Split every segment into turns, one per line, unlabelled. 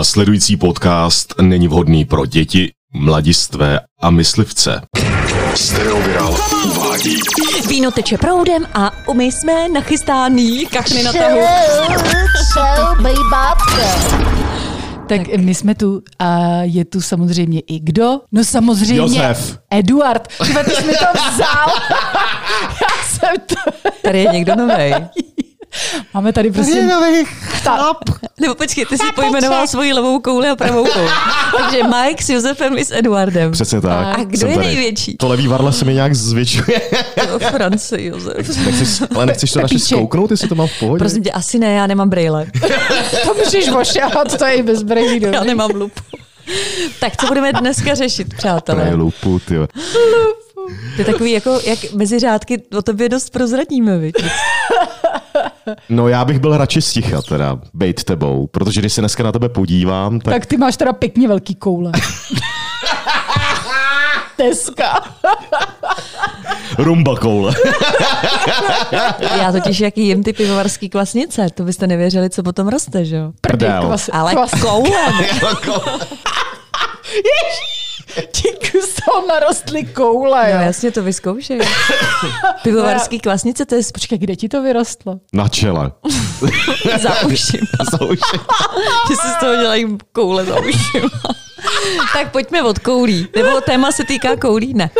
Následující podcast není vhodný pro děti, mladistvé a myslivce.
Stereoviral uvádí
Víno teče proudem a my jsme nachystáný kachny na tahu.
Čau, bejbátka.
Tak, tak my jsme tu a je tu samozřejmě i kdo? No samozřejmě
Josef.
Eduard. Tyhle, ty jsi mi to vzal. Já jsem to...
Tady je někdo novej.
Máme tady prostě...
nový chlap.
Nebo počkej, ty jsi pojmenoval svoji levou kouli a pravou kouli. Takže Mike s Josefem i s Eduardem.
Přesně tak.
A kdo
Jsem
je
tady.
největší?
To levý varle se mi nějak zvětšuje.
To France Josef.
Nechceš, ale nechceš to naše
Pepíček.
zkouknout, jestli to mám v pohodě?
Prosím tě, asi ne, já nemám brýle.
To můžeš ošehat, to je i bez brejlí,
Já
dobře.
nemám lupu. Tak co budeme dneska řešit, přátelé?
Lupu, ty. jo.
To je takový, jako, jak mezi řádky o tobě dost prozradíme, viď?
No já bych byl radši sticha teda, bejt tebou, protože když se dneska na tebe podívám, tak, tak.
Tak ty máš teda pěkně velký koule. Teska.
rumba koule.
Já totiž, jak jim ty pivovarský kvasnice, to byste nevěřili, co potom roste, že jo?
Prdel.
Kvas,
Ale no,
kvas.
koulem.
Díky, z toho narostly koule.
No
Jo.
jasně, to vyzkoušej. Pivovarský kvasnice, to je z-
Počkej, kde ti to vyrostlo?
Na čele.
za uším.
Za uši.
Že si z toho dělají koule za uším. tak pojďme od koulí. Nebo téma se týká koulí? Ne.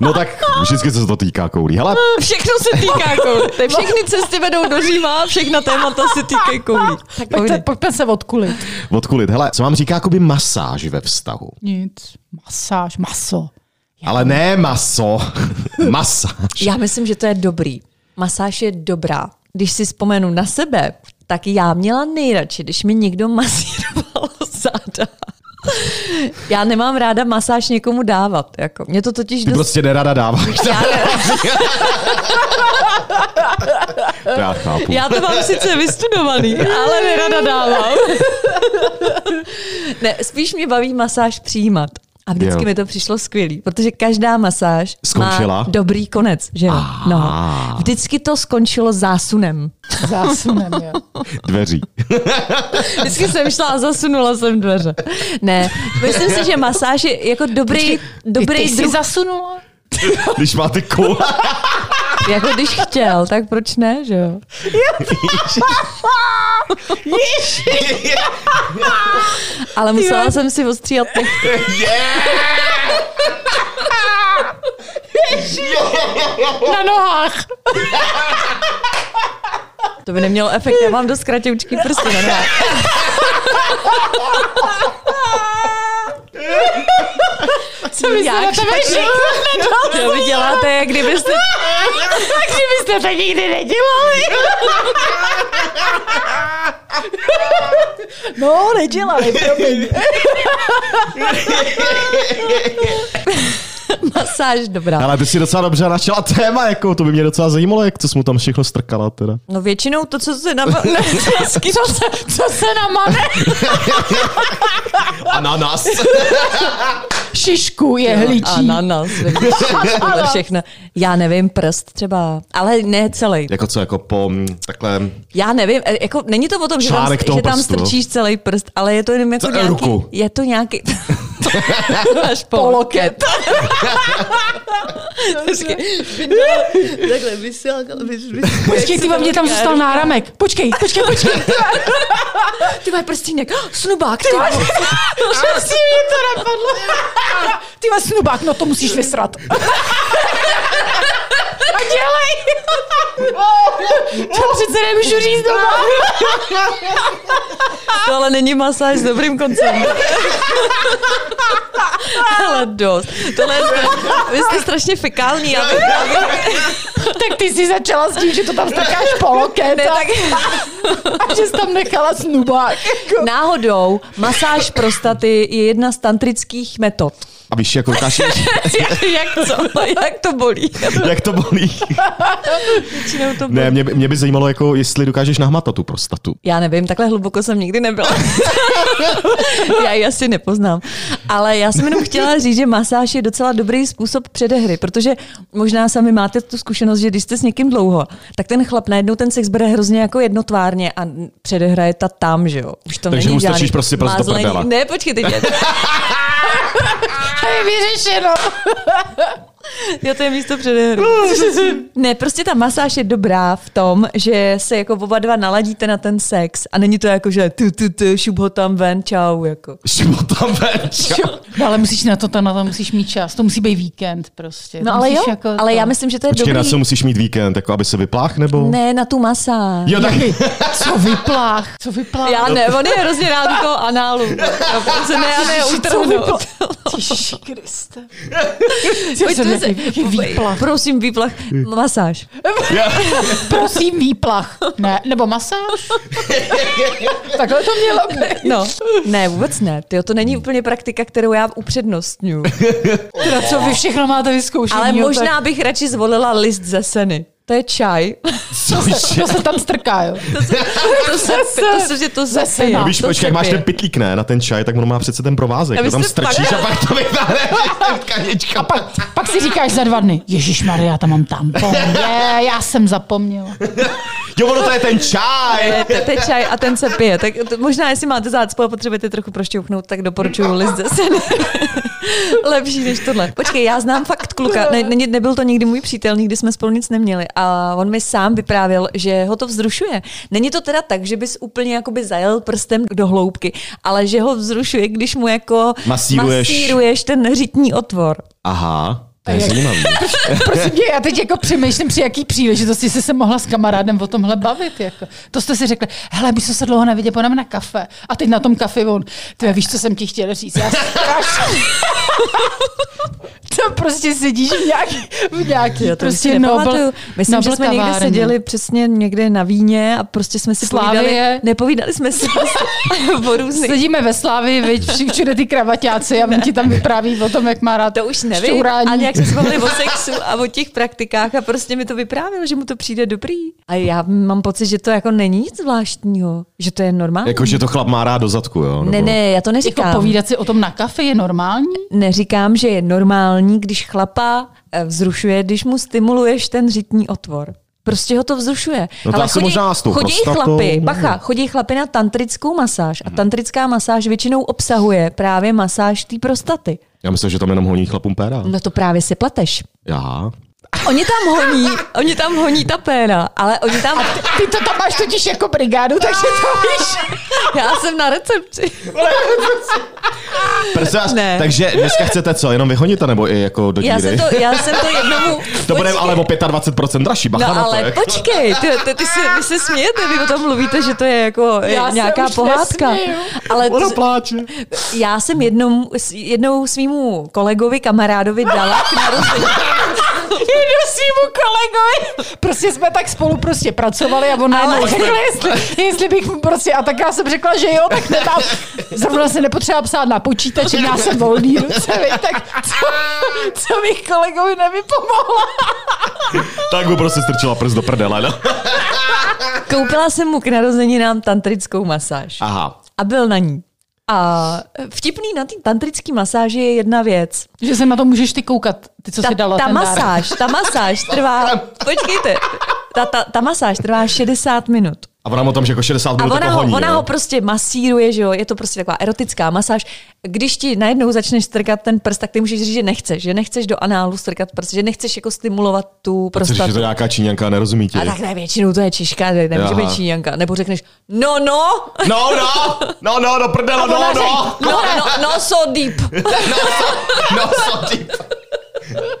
No tak vždycky se to týká koulí. Hele,
Všechno se týká koulí. Všechny cesty vedou do Říma, a všechna témata se týkají koulí. Tak
Pojďte, pojďme se odkulit.
odkulit. Hele, co vám říká jakoby masáž ve vztahu?
Nic. Masáž, maso.
Jako-
Ale ne maso. Masáž.
Já myslím, že to je dobrý. Masáž je dobrá. Když si vzpomenu na sebe, tak já měla nejradši, když mi někdo masíroval záda. Já nemám ráda masáž někomu dávat. Jako. Mě to totiž
Ty
dost...
prostě nerada dáváš.
Já,
To já chápu.
já to mám sice vystudovaný, ale nerada dávám. ne, spíš mě baví masáž přijímat. A vždycky
Jo.
jo. mi to přišlo skvělý, protože každá masáž
Skončila?
má dobrý konec. Že? jo? No.
Aha.
Vždycky to skončilo zásunem.
Zásunem, jo.
Dveří.
Vždycky jsem šla a zasunula jsem dveře. Ne, myslím si, že masáž je jako dobrý, dobrý
Ty jsi
druh.
zasunula?
Když máte koule.
Jako když chtěl, tak proč ne, že jo? Ale musela jsem si ostříhat ty.
Na nohách.
To by nemělo efekt, já mám dost kratěučký prsty na nohách. Co
by se na tebe
To vy děláte, jak kdybyste...
Kdybyste to nikdy nedělali. No, nedělali, promiň.
Masáž dobrá.
Ale ty si docela dobře našla téma, jako to by mě docela zajímalo, jak to jsi mu tam všechno strkala teda.
No většinou to, co se na... Ne,
Co se, co se namane?
Ananas.
Šišku je hlíčí.
Ananas, vidíš, tohle všechno. Já nevím, prst třeba, ale ne celý.
jako co, jako po mm, takhle
Já nevím, e, jako není to o tom, že tam,
Článek toho
že tam
prstu.
strčíš celý prst, ale je to jenom jako
Co,
nějaký...
ruku?
Je to nějaký... Až
Poloket.
Takhle vysel,
Počkej, ty mě tam zůstal náramek. Počkej, počkej, počkej.
Ty máš prstínek, snubák, ty,
máš-
vole.
Prostě mě to napadlo. Ty vás snubák, no to musíš vysrat. A dělej. No. To přece nemůžu říct doma.
To ale není masáž s dobrým koncem. Ale dost. Tohle je, vy jste strašně fekální. Já bych, já bych
Tak ty jsi začala s tím, že to tam strkáš po loket
Ne,
a,
tak-
a že jsi tam nechala snubák. jako-
Náhodou masáž prostaty je jedna z tantrických metod.
a víš, jako jak koukáš,
jak co? Jak to bolí?
jak to bolí.
Většinou to bolí.
Ne, mě, by- mě by zajímalo, jako jestli dokážeš nahmatat tu prostatu.
Já nevím, takhle hluboko jsem nikdy nebyla. Já ji asi nepoznám. Ale já jsem jenom chtěla říct, že masáž je docela dobrý způsob předehry, protože možná sami máte tu zkušenost, že když jste s někým dlouho, tak ten chlap najednou ten sex bere hrozně jako jednotvárně a předehra je ta tam, že jo. Už to
Takže
není
mu strčíš
žádný
prostě prst do
mázlení.
prdele.
Ne, počkej, teď je
To je vyřešeno.
Jo, to je místo předehry. Ne, prostě ta masáž je dobrá v tom, že se jako oba dva naladíte na ten sex a není to jako, že tu, tu, tu, šup ho tam ven, čau, jako.
Šup tam ven, čau.
No, ale musíš na to, to, na to musíš mít čas. To musí být víkend prostě.
No
To
ale jo,
musíš jako
ale
to-
já myslím, že to je
Počkej, na
dobrý.
co musíš mít víkend, jako aby se vyplách, nebo?
Ne, na tu masáž.
Jo, tak
Co vyplách? Co vyplách?
Já ne, on je hrozně rád u toho análu. Já prostě ne, já ne, utrhnout.
Ježiši Kriste.
Pojďte se-
Výplach.
Prosím, výplach. Masáž.
Prosím, výplach. Ne, nebo masáž. Takhle to mělo být.
No, ne, vůbec ne. Tyjo, to není úplně praktika, kterou já upřednostňuju.
Teda co vy všechno máte vyzkoušený.
Ale
jo,
možná bych radši zvolila list ze seny. To je čaj.
tak To se tam strká, jo.
To se, to se, že to
Ze
zase
sena.
No Víš,
to
počkej,
se
jak máš
pije.
ten pitlík, ne, na ten čaj, tak on má přece ten
A
provázek.
vy
To tam
jste fakt-
strčíš a pak to vytáhneš ten kanička.
Pak si říkáš za dva dny, Ježíš Maria, tam mám tampon. Je, já jsem zapomněla.
Jo, ono to je ten čaj.
To je ten čaj a ten se pije. Tak to, možná, jestli máte zácpu a potřebujete trochu prošťouchnout, tak doporučuju list ze seny. Lepší než tohle. Počkej, já znám fakt kluka. Ne, ne, nebyl to nikdy můj přítel, nikdy jsme spolu nic neměli. A on mi sám vyprávěl, že ho to vzrušuje. Není to teda tak, že bys úplně jakoby zajel prstem do hloubky, ale že ho vzrušuje, když mu jako
Masíruješ.
masíruješ ten řitní otvor.
Aha, to je zajímavý.
Prosím tě, já teď jako přemýšlím, při jaký příležitosti jsi se mohla s kamarádem o tomhle bavit. Jako. To jste si řekli, hele, my jsme se dlouho neviděli, pojďme na kafe. A teď na tom kafe on, ty víš, co jsem ti chtěla říct. Já strašně... to prostě sedíš v nějaký, v nějaký
Já to
prostě
prostě nepamatuju.
nobel,
Myslím,
nobel
že jsme někde
kavárně.
seděli přesně někde na víně a prostě jsme si
Slávie.
povídali. Nepovídali jsme si prostě o různých.
Sedíme ve Slavii, viď, vši- všude ty kravaťáci a on ti tam vypráví o tom, jak má rád
To už nevím,
šťourání.
ale jak jsme se bavili o sexu a o těch praktikách a prostě mi to vyprávěl, že mu to přijde dobrý. A já mám pocit, že to jako není nic zvláštního, že to je normální.
Jakože Jako, to chlap má rád do zadku, jo?
ne,
nebo-
ne, já to
Jako
neříkám.
povídat si o tom na kafe je normální?
Neříkám, že je normální, když chlapa eh, vzrušuje, když mu stimuluješ ten řitní otvor. Prostě ho to vzrušuje.
No to
Ale
asi možná s tou
chodí
prostatou,
chlapy,
nevím.
bacha, chodí chlapy na tantrickou masáž
Mhm.
a tantrická masáž většinou obsahuje právě masáž té prostaty.
Já myslím, že tam jenom honí chlapům péra.
No to právě si plateš.
Aha.
Oni tam honí, oni tam honí ta péra, ale oni tam...
Ty to tam máš totiž jako brigádu, takže to víš.
Já jsem na recepci.
Prosím vás,
Ne.
takže dneska chcete co, jenom vyhonit, nebo i jako do díry?
Já jsem to, já jsem to jednomu...
To bude
Počkej.
ale o 25% dražší, bacha
No
na to.
ale
jako.
počkej, ty, ty, ty se, vy se smějete, vy o tom mluvíte, že to je jako eh,
Já se
nějaká
už
pohádka.
nesměju.
Ale
Ona
t-
pláče.
já jsem jednou, s- jednou svýmu kolegovi, kamarádovi dala k narození.
Jdu svýmu kolegovi. Prostě jsme tak spolu prostě pracovali a on najednou
Ale-
řekl, jestli, jestli bych mu prostě, a tak já jsem řekla, že jo, tak nemám. Zrovna se nepotřeba psát na počítači, já jsem volný ruce, viď, tak co, co bych kolegovi nevypomohla.
Tak mu prostě strčila prst do prdele, no.
Koupila jsem mu k narozeninám tantrickou masáž.
Aha.
A byl na ní. A vtipný na té tantrické masáži je jedna věc.
Že se na to můžeš ty koukat, ty, co
ta,
si dala
ta
ten dárek.
masáž, ta masáž trvá, počkejte, ta, ta, ta masáž trvá 60 minut.
A ona mu tam že jako 60
A
minut
ona,
jako
ho,
honí,
ona
jo.
ho prostě masíruje, že jo, je to prostě taková erotická masáž. Když ti najednou začneš strkat ten prst, tak ty můžeš říct, že nechceš, že nechceš do análu strkat prst, že nechceš jako stimulovat tu
Prostě, že
prostatu.
to nějaká číňanka, nerozumí ti.
A tak ne, většinou to je Češka, ne, nemůže
Aha.
být Číňanka. Nebo řekneš, no, no,
No, no, no, no, do prdele, no, no.
no, no, no, so deep.
No, so, no, so, ty.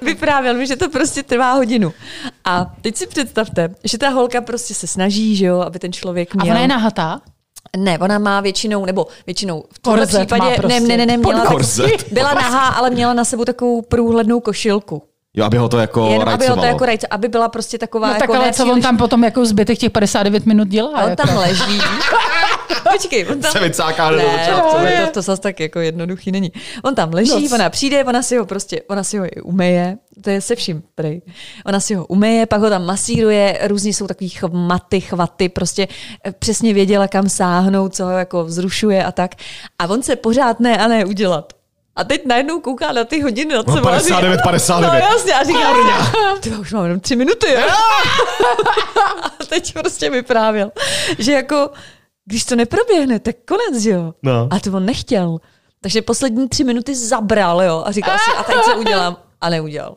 Vyprávěl mi, že to prostě trvá hodinu. A teď si představte, že ta holka prostě se snaží, že jo, aby ten člověk
A
měl...
ona je nahatá?
Ne, ona má většinou, nebo většinou v tomhle
Korzet má
případě,
prostě.
ne, ne, ne, ne, měla tak,
Korzet.
byla nahá, ale měla na sebou takovou průhlednou košilku.
Jo, aby ho to jako
Jenom aby, ho to
rajcovalo.
jako rajco, aby byla prostě taková
No tak
jako
ale co on
nepříliš-
tam potom jako zbytek těch 59 minut dělá?
Ale on
jako?
tam leží. Počkej, on tam...
Se vycáká do
ne,
očí.
to, to, to zase tak jako jednoduchý není. On tam leží, ona přijde, ona si ho prostě, ona si ho i umeje, to je se vším prej. Ona si ho umeje, pak ho tam masíruje, různě jsou takový ch- maty, chvaty, prostě eh, přesně věděla, kam sáhnout, co ho jako vzrušuje a tak. A on se pořád ne a ne udělat. A teď najednou kouká na ty hodiny na sebe.
59, 59.
No jasně, a říká, ty už mám jenom tři minuty. Jo? A teď prostě vyprávěl, že jako, když to neproběhne, tak konec, jo.
No.
A to on nechtěl. Takže poslední tři minuty zabral, jo. A říkal si, a teď se udělám. A neudělal.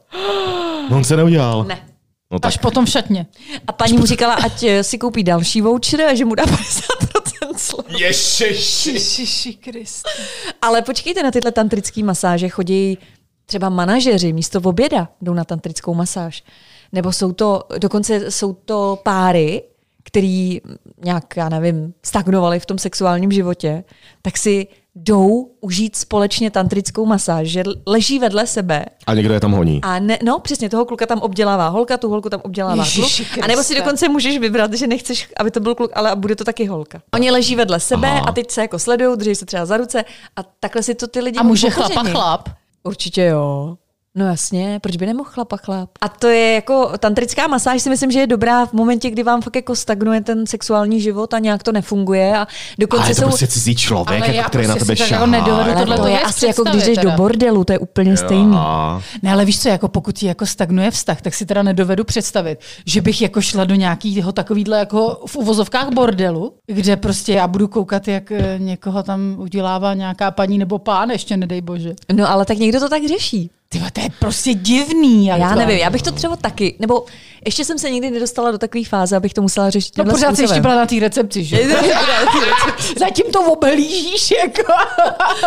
No, On se neudělal.
Ne.
No tak,
Až potom v šatně.
A paní mu říkala, ať eh, si koupí další voucher a že mu dá 50% slevu.
Ježiši Krist.
Ale počkejte, na tyhle tantrické masáže chodí třeba manažeři místo oběda jdou na tantrickou masáž. Nebo jsou to, dokonce jsou to páry, který nějak, já nevím, stagnovali v tom sexuálním životě, tak si jdou užít společně tantrickou masáž, že leží vedle sebe
a někdo je tam honí.
a ne, no přesně, toho kluka tam obdělává holka, tu holku tam obdělává
Ježiši
kluk. A nebo si
Kriste.
dokonce můžeš vybrat, že nechceš, aby to byl kluk, ale bude to taky holka. Oni leží vedle sebe
Aha.
Aha. a teď se jako sledují, drží se třeba za ruce a takhle si to ty lidi
A může
pokoření.
chlapa chlap.
Určitě jo. No jasně, proč by nemohl chlapa chlap? A to je jako tantrická masáž si myslím, že je dobrá v momentě, kdy vám fakt jako stagnuje ten sexuální život a nějak to nefunguje a dokonce
Ale je to
jsou...
prostě cizí člověk,
Ale
jako,
já
který na
prostě
tebe
si tak
šahá.
jako nedovedu
jako-
tohle
to
to
je
věc
asi jako když
představit
jdeš do
teda.
bordelu, to je úplně stejný.
A-
Ne, ale víš co, jako pokud ti jako stagnuje vztah, tak si teda nedovedu představit, že bych jako šla do nějakého takovýhle jako v uvozovkách bordelu, kde prostě já budu koukat, jak eh, někoho tam udělává nějaká paní nebo pán, ještě nedej bože.
No ale tak někdo to tak řeší.
Ty vole, to je prostě divný. Jak
Já
to.
nevím, já bych to třeba taky, nebo ještě jsem se nikdy nedostala do takové fáze, abych to musela řešit
No
tímhle
pořád jsi
způsobem.
ještě byla na té recepci, že? Zatím to obelížíš jako.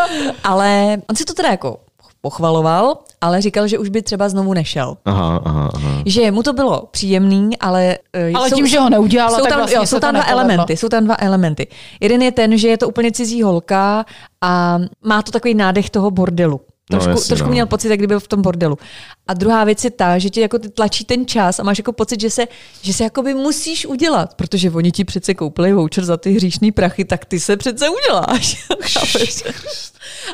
Ale on si to teda jako pochvaloval, ale říkal, že už by třeba znovu nešel.
Aha, aha, aha.
Že mu to bylo příjemný, ale... eh,
Ale tím, že ho neudělala,
jsou
tak
tam,
vlastně
jo,
se
jsou
to
tam dva
nepovedlo.
elementy. Jsou tam dva elementy. Jeden je ten, že je to úplně cizí holka a má to takový nádech toho bordelu.
No,
Trošku, no,
jasně,
trošku
no.
měl pocit, jak kdyby byl v tom bordelu. A druhá věc je ta, že ti jako ty tlačí ten čas a máš jako pocit, že se, že se jakoby musíš udělat, protože oni ti přece koupili voucher za ty hříšný prachy, tak ty se přece uděláš. Chápeš?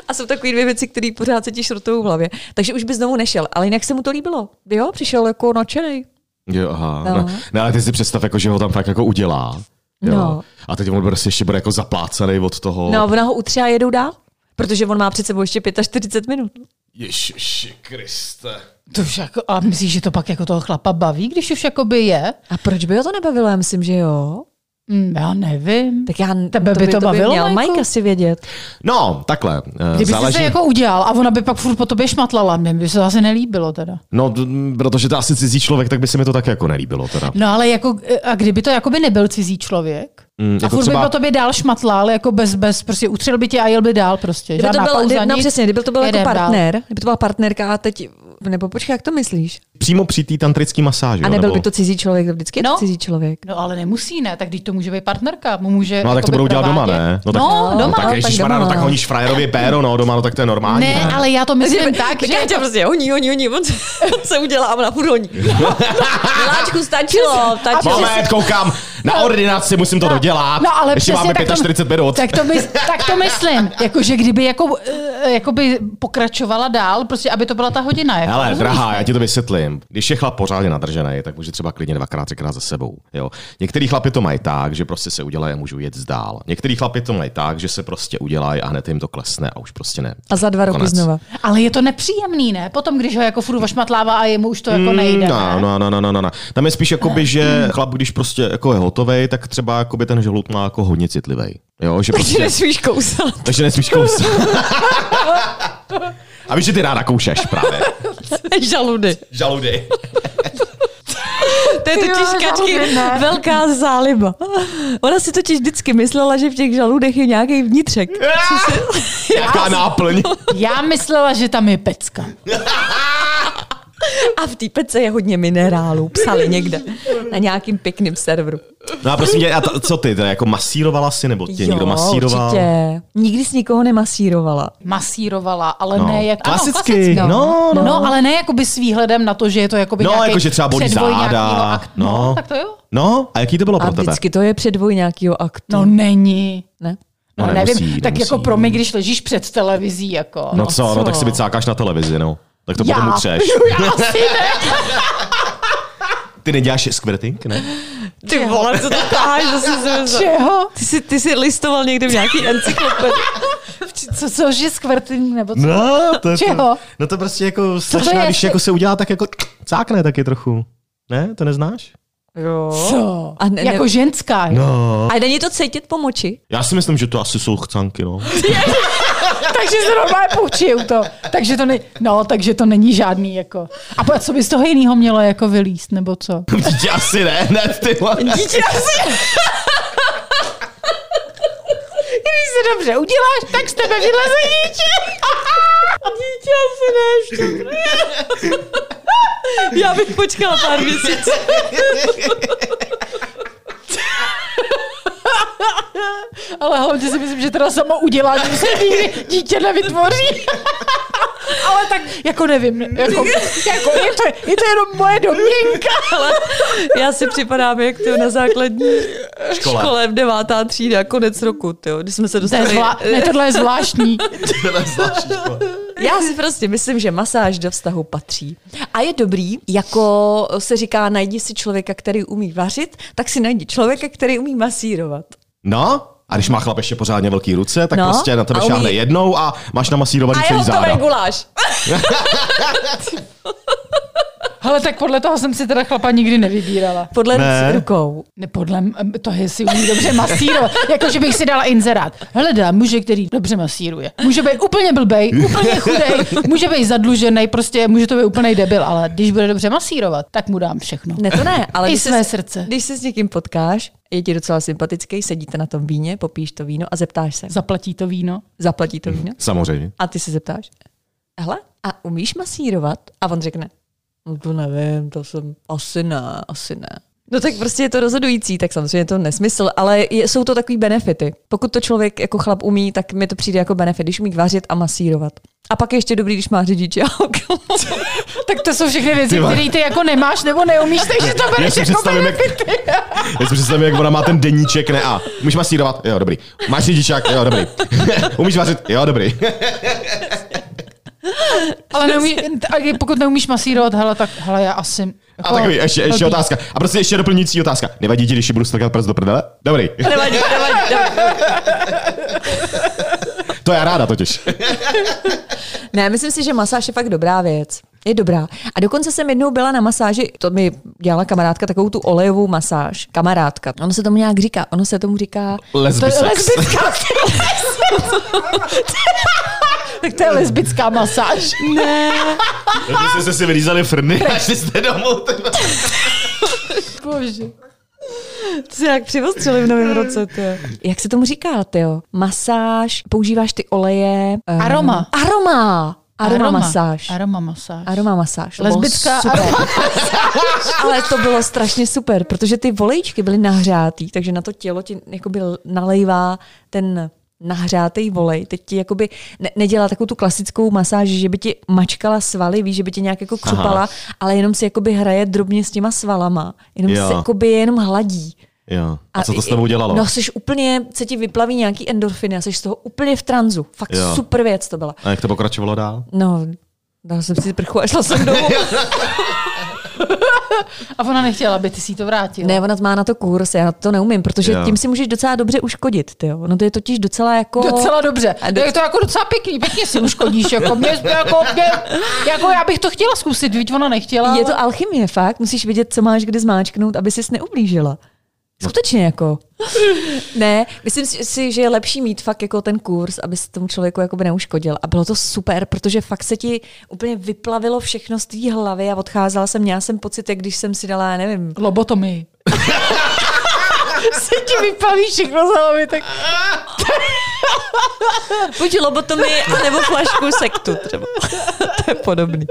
a jsou takové dvě věci, které pořád se ti šrotují v hlavě. Takže už by znovu nešel, ale jinak se mu to líbilo. Jo, přišel jako nadšenej.
Jo, aha.
No.
No. No, ale ty si představ, jako, že ho tam fakt jako udělá. Jo.
No.
A teď on prostě ještě bude jako zaplácený od toho.
No, ona ho utře a jedou dál. Protože on má před sebou ještě 45 minut.
Ježiši Kriste.
To už jako, a myslíš, že to pak jako toho chlapa baví, když už jakoby je?
A proč by ho to nebavilo? Já myslím, že jo.
Hm, já nevím.
Tak já,
Tebe by to bavilo,
měl
Majku?
Mike asi vědět.
No, takhle. eh,
Kdyby jsi
záleží...
se jako udělal a ona by pak furt po tobě šmatlala, mě by se to asi nelíbilo teda.
No, d- m, protože to asi cizí člověk, tak by se mi to taky jako nelíbilo teda.
No ale jako, a kdyby to jakoby nebyl cizí člověk,
Mm,
a
jako
furt
třeba-
by po tobě dál šmatlal, jako bez, bez, prostě utřel by tě a jel by dál prostě.
Kdyby to
Žádná
byl,
pauza,
kdy- no
nic,
přesně, kdyby to byl jako
jedem dál.
partner, kdyby to byla partnerka a teď, nebo počkej, jak to myslíš?
Přímo při té tantrické masáži.
A
jo,
nebyl
nebo...
by to cizí člověk, to vždycky je to
No.
cizí člověk.
No ale nemusí, ne, tak když to může být partnerka, mu může...
No, tak to
jakoby
budou dělat doma,
provádět.
ne?
No, no,
No,
doma.
tak
tak
ježišmarja,
doma,
no, tak
no.
honíš frajerově péro, no, doma, no, tak to je normální.
ne, ale já to myslím tak, že...
já tě prostě honí, honí, honí, on se, on se udělá a ona furt honí. Miláčku, stačilo, stačilo.
Moment, koukám, na
No.
ordinaci musím to dodělat.
No, ale
Ještě
přesně,
máme
tak to-
45 minut.
Tak to, mys, tak to myslím. Jakože kdyby jako, eh, jakoby pokračovala dál, prostě aby to byla ta hodina. Jako,
Hele,
rozumíš?
drahá, já ti to vysvětlím. Když je chlap pořádně nadržený, tak může třeba klidně dvakrát, třikrát za sebou. Jo. Některý chlapy to mají tak, že prostě se udělají a můžou jet dál. Některý chlapy to mají tak, že se prostě udělají a hned jim to klesne a už prostě ne.
A za dva roky
Konec.
znova.
Ale je to nepříjemný, ne? Potom, když ho jako furt ošmatlává a jemu už to jako nejde.
No,
ne? Mm.
no, no, no, no, no, no. Tam je spíš jakoby, že chlap, když prostě jako je hotovej, tak třeba jakoby ten žalud má jako hodně citlivý. Jo, že
Takže
prostě,
nesmíš kousat.
takže nesmíš kousat. A víš, že ty ráda koušeš právě.
Žaludy.
Žaludy.
To je totiž
žaludy,
kačky
ne.
velká záliba. Ona si totiž vždycky myslela, že v těch žaludech je nějaký vnitřek.
Jaká náplň.
Já myslela, že tam je pecka.
A v té pece je hodně minerálů. Psali někde na nějakým pěkným serveru.
No a prosím tě, a to, co ty, teda jako masírovala si, nebo tě někdo masíroval?
Určitě. Nikdy s nikoho nemasírovala.
Masírovala, ale
No.
ne jak...
Klasicky,
Ano,
no, no.
no, ale ne jakoby s výhledem na to, že je to jakoby
No,
nějaký
jako že třeba bolí
předvoj nějakýho
záda.
akt-
No.
no, tak to jo.
No, a jaký to bylo
A
pro tebe?
vždycky to je předvoj nějakého aktu.
No není.
Ne?
No,
No,
nemusí,
nevím, tak
nemusí.
jako pro mě, když ležíš před televizí, jako.
No co, no
co?
tak si vycákáš na televizi, no. Tak to
Já.
potom utřeš.
Já asi ne.
Ty neděláš squirting, ne?
Ty vole, co to táháš zase ze
Čeho?
ty jsi, ty jsi listoval někde v nějaký encyklopedii. V
Co, co, že skvrtím, nebo co?
No, to je
Čeho?
To, no to prostě jako
je,
strašná, když
jestli-
jako se udělá tak jako cákne taky trochu. Ne, to neznáš?
Co?
A ne- ne-
jako ženská. jo?
No.
A není to cítit po moči?
Já si myslím, že to asi jsou chcanky, no.
takže se normálně poučil to. Takže to, ne, no, takže to není žádný. Jako. A po- co by z toho jiného mělo jako vylíst, nebo co?
Dítě asi ne, ne, ty vole.
Dítě asi... Když se dobře uděláš, tak z tebe vyleze dítě.
Dítě asi ne, Já bych počkala pár měsíců.
Ale hlavně si myslím, že teda samo udělá, že se nikdy dítě nevytvoří. Ale tak jako nevím. Jako, jako je, to, je to jenom moje domněnka.
Ale já si připadám, jak to na základní škole,
Škole.
škole v devátá třída, konec roku, tyjo, když jsme se
To je
dostali.
zvla... Ne, tohle je zvláštní.
Já si prostě myslím, že masáž do vztahu patří. A je dobrý, jako se říká, najdi si člověka, který umí vařit, tak si najdi člověka, který umí masírovat.
No, a když má chlap ještě pořádně velký ruce, tak
No,
no, prostě na tebe
a umí-
šáhne jednou a máš namasírovaný
A je
celý
hotový
záda.
guláš.
Ale tak podle toho jsem si teda chlapa nikdy nevybírala.
Podle
Ne.
ne. rukou.
Ne, podle m- to je si umí dobře masírovat. jako, že bych si dala inzerát. Hledá muže, který dobře masíruje. Může být úplně blbej, úplně chudej, může být zadlužený, prostě může to být úplný debil, ale když bude dobře masírovat, tak mu dám všechno.
Ne, to ne, ale
I
když se-
své srdce.
Když se s někým potkáš, je ti docela sympatický, sedíte na tom víně, popíš to víno a zeptáš se.
Zaplatí to víno.
Zaplatí to víno?
Samozřejmě.
A ty se zeptáš, hele, a umíš masírovat? A on řekne, no to nevím, to jsem, asi ne, asi ne. No tak prostě je to rozhodující, tak samozřejmě je to nesmysl, ale je, jsou to takový benefity. Pokud to člověk jako chlap umí, tak mi to přijde jako benefit, když umí vařit a masírovat. A pak je ještě dobrý, když má řidiče.
Tak to jsou všechny věci,
Ty vole.
které ty jako nemáš nebo neumíš, takže to
Já
bereš
si
jako
představím, jak, já si představím, jak ona má ten deníček, ne a. Umíš masírovat? Jo, dobrý. Máš řidičák? Jo, dobrý. Umíš vařit? Jo, dobrý.
Ale neumí, a pokud neumíš masírovat, hele, tak hele, já asi... Jako
A takový, ještě, ještě
blbý.
otázka. A prostě ještě doplňující otázka. Nevadí ti, když si budu strkat prst do prdele? Dobrý.
nevadí, nevadí, nevadí.
To já ráda totiž.
Ne, myslím si, že masáž je fakt dobrá věc. Je dobrá. A dokonce jsem jednou byla na masáži, to mi dělala kamarádka, takovou tu olejovou masáž. Kamarádka. Ono se tomu nějak říká. Ono se tomu říká...
Lesbisex.
Tak to je lesbická masáž.
Lesbisex. jste si vylízali frny a šli jste domů. ty vole.
Bože.
To se jak přivostřeli v novém roce, ty. Jak se tomu říká, ty jo? Masáž, používáš ty oleje... ehm,
Aroma.
Aroma. Aroma, masáž.
Aroma masáž.
Aroma masáž. To bylo
Lesbická
super.
aroma.
Ale to bylo strašně super, protože ty volejčky byly nahřátý, takže na to tělo ti jakoby nalejvá ten nahřátej volej. Teď ti jakoby ne- nedělá takovou tu klasickou masáž, že by ti mačkala svaly, víš, že by ti nějak jako křupala, Aha. ale jenom si jakoby hraje drobně s těma svalama. Jenom
Jo.
se jakoby je jenom hladí.
Jo. A co to s tebou dělalo?
No, jsi úplně, se ti vyplaví nějaký endorfiny a jsi z toho úplně v tranzu. Fakt
Jo.
super věc to byla.
A jak to pokračovalo dál?
No, dala jsem si prchu a šla jsem domů.
A ona nechtěla, aby ty si jí to vrátil.
Ne, ona má na to kurz, já to neumím, protože
Jo.
tím si můžeš docela dobře uškodit, ty jo. No to je totiž docela jako...
Docela dobře.
A do-
Je to jako docela pěkný, pěkně si uškodíš. Jako, mě, jako, mě, jako já bych to chtěla zkusit, víš, ona nechtěla.
Je
ale-
to alchymie, fakt. Musíš vědět, co máš kdy zmáčknout, aby ses neublížila. Skutečně jako. ne, myslím si, že je lepší mít fakt jako ten kurz, aby se tomu člověku jakoby neuškodil. A bylo to super, protože fakt se ti úplně vyplavilo všechno z té hlavy a odcházela jsem, měla jsem pocit, jak když jsem si dala, já nevím,
Lobotomii. se ti vypaví všechno za hlavy, tak
buď lobotomii, anebo flašku sektu třeba. to je podobný.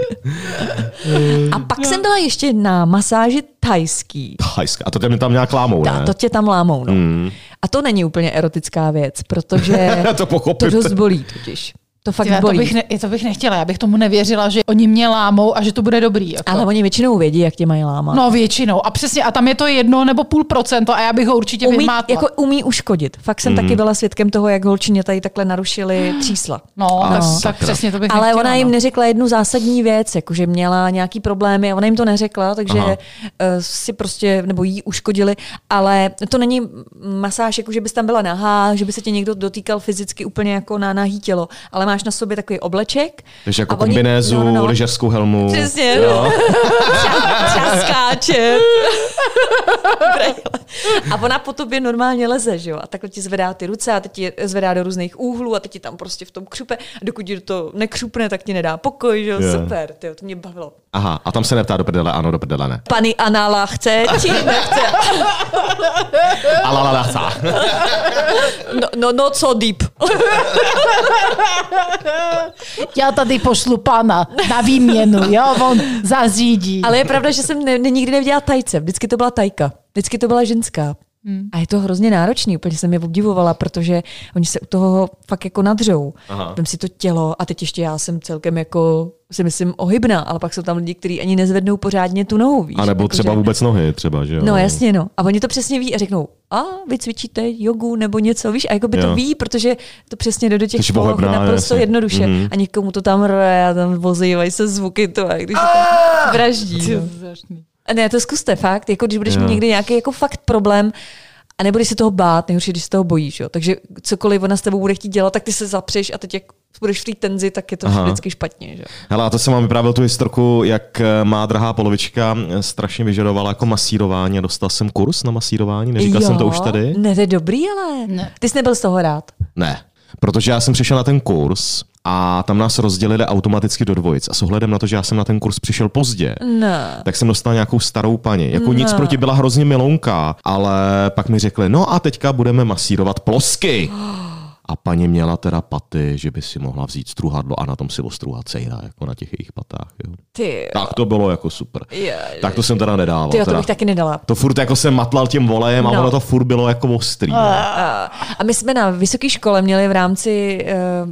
A pak jsem byla ještě na masáži thajský.
Hajska. A to tě mě tam nějak lámou,
Ta,
ne?
to tě tam lámou. No. A Hmm. to není úplně erotická věc, protože
To pochopím.
to dost bolí totiž. To fakt
Tyhle, to,
bolí.
bych ne, to bych nechtěla, já bych tomu nevěřila, že oni mě lámou a že to bude dobrý. Jako.
Ale oni většinou vědí, jak tě mají lámat.
No většinou. A přesně, a tam je to jedno nebo půl procento a já bych ho určitě
umí,
vymátla.
jako umí uškodit. Fakt jsem mm. taky byla svědkem toho, jak holčině tady takhle narušili třísla.
No, tak,
No.
tak přesně to bych
Ale
nechtěla,
ona jim
no.
neřekla jednu zásadní věc, jakože měla nějaký problémy a ona jim to neřekla, takže uh,
Aha.
si prostě, nebo jí uškodili, ale to není masáž, jakože bys tam byla nahá, že by se tě někdo dotýkal fyzicky úplně jako na nahý tělo, ale máš na sobě takový obleček.
Takže jako
a oni-
kombinézu, no, no, no. lyžařskou helmu.
Přesně. Třa- Třaskáče. A ona po tobě normálně leze, že jo? A takhle ti zvedá ty ruce a teď ti je zvedá do různých úhlů a teď ti tam prostě v tom křupe. A dokud ti to nekřupne, tak ti nedá pokoj, že jo?
Je.
Yeah. Super, tyjo, to mě bavilo.
Aha, a tam se neptá do prdele, ano, do prdele ne.
Pani Anála chce, či nechce?
A la, la, la, sa.
No, no, no co deep.
Já tady pošlu pana na výměnu, jo, on zařídí.
Ale je pravda, že jsem ne, ne, nikdy neviděla tajce. Vždycky to byla tajka. Vždycky to byla ženská. Hmm. A je to hrozně náročný, úplně jsem je obdivovala, protože oni se u toho fakt jako nadřou. Vem si to tělo a teď ještě já jsem celkem jako si myslím ohybná, ale pak jsou tam lidi, kteří ani nezvednou pořádně tu nohu, víš?
A nebo
Jakože-
třeba vůbec nohy, třeba, že jo?
No jasně, no. A oni to přesně ví a řeknou, a vy cvičíte jogu nebo něco, víš? A jako by to
Jo.
ví, protože to přesně jde do těch
Takže
poloh
pohybná,
naprosto
jasně.
jednoduše. Mm-hmm. A někomu to tam rve a tam vozývají se zvuky to, a když to
Ah!
tam vraždí. no. Ne, to zkuste fakt, jako když budeš mít někdy nějaký jako fakt problém, a nebudeš se toho bát, nejhorší, když se toho bojíš. Jo. Takže cokoliv ona s tebou bude chtít dělat, tak ty se zapřeš a teď jak budeš v té tenzi, tak je to Aha.
Aha.
vždycky špatně. Že?
Hele, a to jsem vám vyprávěl tu historku, jak eh, má drahá polovička eh, strašně vyžadovala jako masírování a dostal jsem kurz na masírování, neříkal jsem to už tady.
Ne, to je dobrý, ale ne. ty jsi nebyl z toho rád.
Ne, protože já jsem přišel na ten kurz a tam nás rozdělili automaticky do dvojic. A s ohledem na to, že já jsem na ten kurz přišel pozdě,
Ne.
tak jsem dostal nějakou starou paní. Jako nic proti byla hrozně milonka, ale pak mi řekli, no a teďka budeme masírovat plosky. A paní měla teda paty, že by si mohla vzít struhadlo a na tom si ostruhat cejra, jako na těch jejich patách. Jo.
Ty,
Tak to bylo jako super.
Ježiš.
Tak to jsem teda nedával.
ty jo, to
teda.
bych taky nedala.
To furt jako jsem matlal tím volejem
No.
a ono to furt bylo jako ostrý. no.
A my jsme na vysoké škole měli v rámci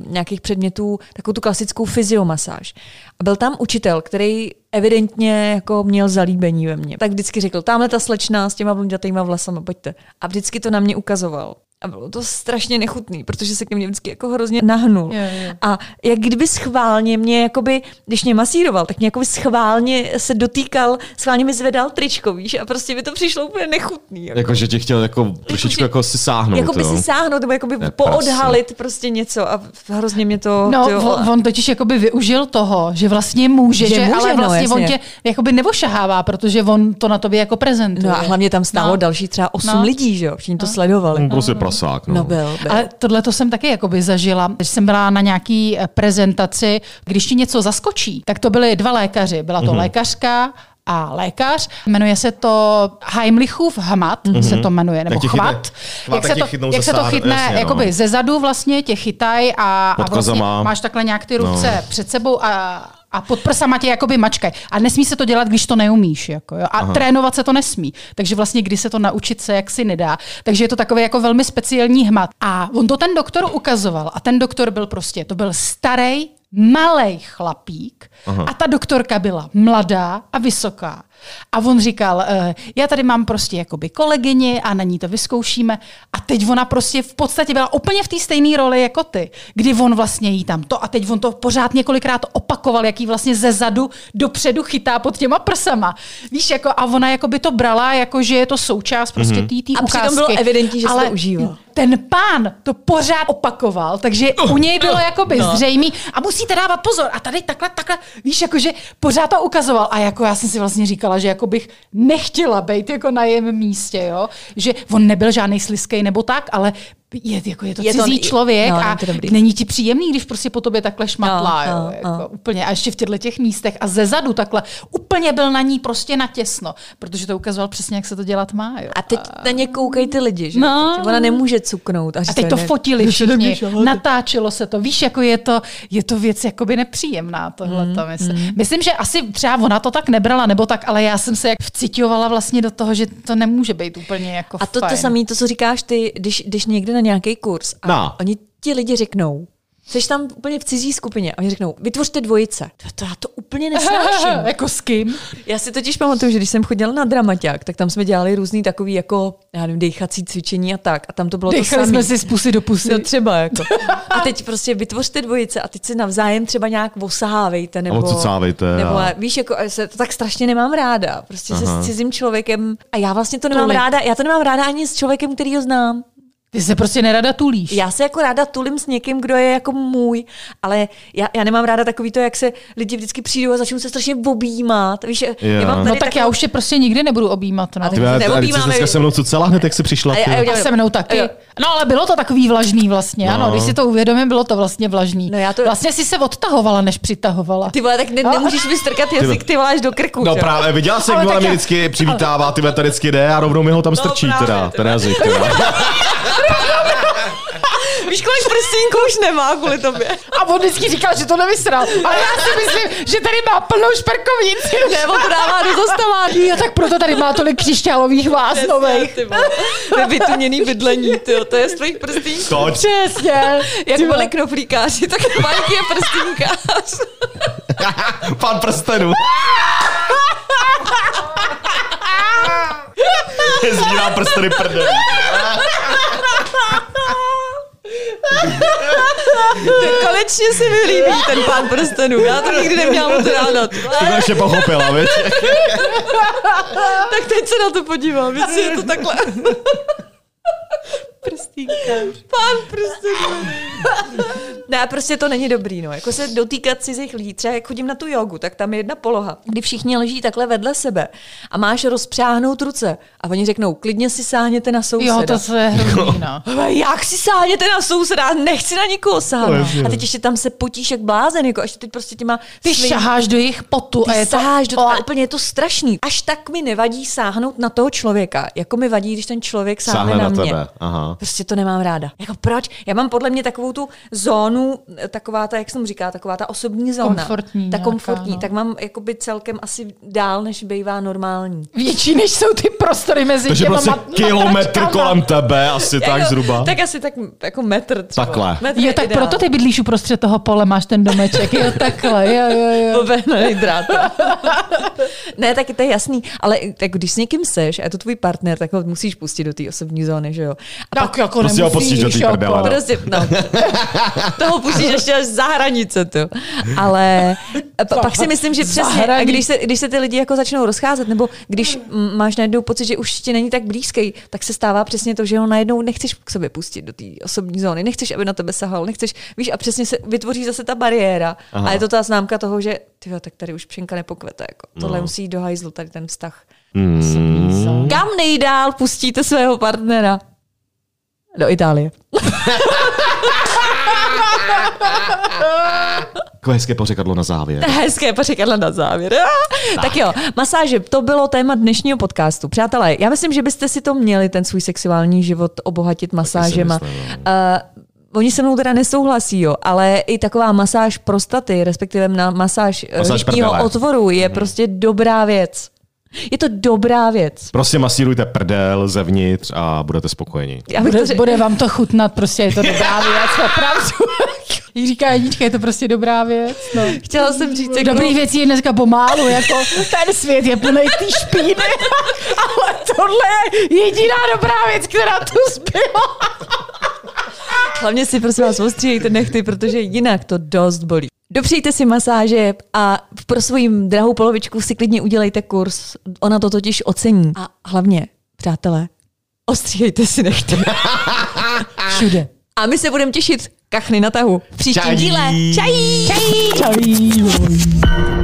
uh, nějakých předmětů takovou tu klasickou fyziomasáž. A byl tam učitel, který evidentně jako měl zalíbení ve mně. Tak vždycky řekl, tamhle ta slečna s těma blondětejma vlasama, pojďte. A vždycky to na mě ukazoval. A bylo to strašně nechutný, protože se ke mně vždycky jako hrozně nahnul.
Jo, jo.
A jak kdyby schválně mě, jakoby, když mě masíroval, tak mě jakoby schválně se dotýkal, schválně mi zvedal tričko, víš, a prostě mi to přišlo úplně nechutný. Jako.
Jako, že tě chtěl jako trošičku jako si sáhnout.
Jako by
jo.
si sáhnout, nebo jako by
Ne,
poodhalit prostě něco a hrozně mě to...
No,
tyjo,
on, on totiž jakoby využil toho, že vlastně může,
Že
že, že
může,
ale
no,
vlastně on
jasně.
tě jakoby neošahává, protože on to na tobě jako prezentuje.
no a hlavně tam stálo
No.
další třeba 8
No.
lidí, že jo? Všichni to sledovali.
On prostě prasák. No.
No byl, byl.
Ale tohle to jsem taky jakoby zažila. Když jsem byla na nějaký eh, prezentaci, když ti něco zaskočí, tak to byly dva lékaři. Byla
Mhm.
to mm-hmm. lékařka a lékař. Jmenuje se to Heimlichův hmat, mm-hmm. se to jmenuje, nebo
Jak tě Mhm. chytne-
chvat.
chvat, tak
se
tě
to,
chytnou
jak
ze
se to
záda,
chytne
jasně, no.
jakoby ze zadu vlastně tě chytaj a, a
Pod
vlastně
kozama.
máš takhle nějak ty ruce no. před sebou a a pod prsama tě jakoby mačkaj. A nesmí se to dělat, když to neumíš. Jako, jo? A Aha. trénovat se to nesmí. Takže vlastně kdy se to naučit se, jak si nedá. Takže je to takový jako velmi speciální hmat. A on to ten doktor ukazoval. A ten doktor byl prostě, to byl starý, malý chlapík. Aha. A ta doktorka byla mladá a vysoká. A on říkal, eh, já tady mám prostě jakoby kolegyni a na ní to vyzkoušíme. A teď ona prostě v podstatě byla úplně v té stejné roli jako ty, kdy on vlastně jí tam to a teď on to pořád několikrát opakoval, jak jí vlastně ze zadu dopředu chytá pod těma prsama. Víš, jako a ona jako by to brala, jako že je to součást prostě mm-hmm. tý, tý
A přitom
ukázky.
bylo evidentní, že si to užívá.
Ten pán to pořád opakoval, takže u něj bylo jakoby no. zřejmý a musíte dávat pozor. A tady takhle, takhle, víš, jakože pořád to ukazoval. A jako já jsem si vlastně říkala, že jako bych nechtěla být jako na jejím místě, jo. Že on nebyl žádný sliskej nebo tak, ale je, jako je to
Je
je
to-
cizí to, člověk
no,
no, a
není to dobrý.
není ti příjemný, když prostě po tobě takhle šmatlá,
No,
no,
no,
jo, jako no. úplně. A ještě v těchto těch místech a zezadu takhle úplně byl na ní prostě natěsno, protože to ukazoval přesně, jak se to dělat má, jo.
A teď na ně koukají ty lidi, že? jo?
No.
Teď Ona nemůže cuknout. A,
A
říct,
teď to
ne-
fotili
mě
všichni,
šaháte.
natáčelo se to. Víš, jako je to, je to věc jakoby nepříjemná tohle. Mm, myslím. Mm. myslím, že asi třeba ona to tak nebrala, nebo tak, ale já jsem se jak vcitovala vlastně do toho, že to nemůže být úplně jako
A to, to
fajn.
samé, to, co říkáš ty, když, když někde na nějaký kurz a
No.
oni ti lidi řeknou, Jsi tam úplně v cizí skupině a oni řeknou, vytvořte dvojice. To, to já to úplně nesnáším.
jako s kým?
Já si totiž pamatuju, že když jsem chodila na dramaťák, tak tam jsme dělali různý takový jako, já nevím, dechací cvičení a tak. A tam to bylo
Dechali
to samé.
jsme si z pusy do pusy.
No třeba jako. A teď prostě vytvořte dvojice a teď si navzájem třeba nějak osahávejte. Nebo,
odcucávejte
Nebo
a-
víš, jako a se to tak strašně nemám ráda. Prostě se s cizím člověkem. A já vlastně to nemám
Tolik.
ráda. Já to nemám ráda ani s člověkem, který ho znám.
Ty se prostě nerada tulíš.
Já se jako ráda tulím s někým, kdo je jako můj, ale já, já nemám ráda takový to, jak se lidi vždycky přijdou a začnou se strašně objímat. Víš,
Jo.
já mám tady
No tak já už je prostě nikdy nebudu objímat. No.
A
A,
tak-
Tvé,
Neobjímáme
Alice dneska
lidi.
se mnou cucela hned, jak jsi přišla.
A já-
ty.
a já-
se mnou taky.
Jo.
No ale bylo to takový vlažný vlastně, no. ano. Když si to uvědomím, bylo to vlastně vlažný.
No, já to-
Vlastně si se odtahovala, než přitahovala.
Ty vole, tak ne, nemůžeš vystrkat jazyk, ty voláš do krku.
No
že?
právě, viděla jsi, jak
Ale
ona
tak
mě
já-
vždycky přivítává, ty to vždycky jde a rovnou mi ho tam strčí
No právě,
teda,
ty
ten jazyk. Teda.
Víš, kolik prstínků už nemá kvůli tobě.
A on vždycky říkal, že to nevysral. Ale já si myslím, že tady má plnou šperkovnici.
Nebo to dává do zastavání.
Jo, tak proto tady má tolik křišťálových vás nových.
Ty vole. Nevytuněný bydlení, tyjo, to je z tvých prstýnků.
Toč.
Přesně.
Jak
Ty vole.
byli knoflíkáři, tak Mike je prstínkář.
Pan prstenů. Jezdí nám prsteny prdel.
Konečně si mi líbí ten pán prstenů. Já to nikdy neměla moc ráda. ty vole.
To ještě pochopila, viď?
Tak teď se na to podívám, jestli je to takhle. Prstínkář. Pán prstenů. Ne, prostě to není dobrý, no. Jako se dotýkat cizích lidí. Třeba jak chodím na tu jogu, tak tam je jedna poloha, kdy všichni leží takhle vedle sebe a máš rozpřáhnout ruce. A oni řeknou, klidně si sáhněte na souseda.
Jo, to se je hrozný, no.
Ale jak si sáhněte na souseda, nechci na nikoho sáhnout. A teď ještě tam se potíš jak blázen, jako až teď prostě těma
Ty
svým-
šaháš do jejich potu
ty
a je to...
sáháš do toho,
Ale-
a úplně je to strašný. Až tak mi nevadí sáhnout na toho člověka, jako mi vadí, když ten člověk sáhne,
Sáhne na
na mě.
tebe, aha.
Prostě to nemám ráda. Jako proč? Já mám podle mě takovou tu zónu, eh, taková ta, jak jsem říká, taková ta osobní zóna.
Komfortní
Ta
nějaká,
komfortní.
no.
Tak mám jakoby celkem asi dál, než bývá normální.
Větší, než jsou ty prostory mezi
Takže
těma
prostě
mat-
kilometr
matračkama.
kolem tebe, asi tak
Jako-
zhruba.
Tak asi tak jako metr třeba.
Takhle.
Metr
Jo, tak
ideál.
proto ty bydlíš uprostřed toho pole, máš ten domeček. Jo, takhle, jo, jo, jo.
Pobehnutý drát. ne, tak to je jasný, ale tak když s někým seš a je to tvůj partner, tak ho musíš pustit do té osobní zóny, že jo? A
Tak jako
Prostě ho pustíš do té
jo,
prdele,
po-
no.
Prostě, no. Toho pustíš ještě až za hranice, to. Ale pa, pak si myslím, že přesně, a
hranice.
když se, když se ty lidi jako začnou rozcházet, nebo když mm, máš najednou pocit, že už ti není tak blízký, tak se stává přesně to, že ho najednou nechceš k sobě pustit do té osobní zóny, nechceš, aby na tebe sahal, nechceš, víš, a přesně se vytvoří zase ta bariéra. Aha. A je to ta známka toho, že ty tak tady už pšenka nepokvete, jako. tohle musí jít do hajzlu, tady ten vztah. Hmm. Kam nejdál pustíte svého partnera? Do Itálie.
Takové hezké pořekadlo na závěr.
Hezké pořekadlo na závěr. Ah. Tak jo, masáže, to bylo téma dnešního podcastu. Přátelé, já myslím, že byste si to měli, ten svůj sexuální život, obohatit masážema.
myslím, no.
Uh, Oni se mnou teda nesouhlasí, jo, ale i taková masáž prostaty, respektive na masáž,
Masáž
masáž hrudního
prdele. Mhm.
otvoru je prostě dobrá věc. Je to dobrá věc.
Prostě masírujte prdel zevnitř a budete spokojeni.
Já bych to
Bude,
řek-
bude vám to chutnat, prostě je to dobrá věc, opravdu. Jak říká Janička, je to prostě dobrá věc. No.
chtěla jsem říct, jako,
Dobrý věcí je dneska pomálu, jako ten svět je plný ty špíny, ale tohle je jediná dobrá věc, která tu zbyla.
hlavně si prosím vás ostříhejte nechty, protože jinak to dost bolí. Dopřejte si masáže a pro svou drahou polovičku si klidně udělejte kurz. Ona to totiž ocení. A hlavně, přátelé, ostříhejte si nechty.
Všude.
A my se budeme těšit kachny na tahu. V příštím
Čají.
díle. Čají! Čají!
Čau.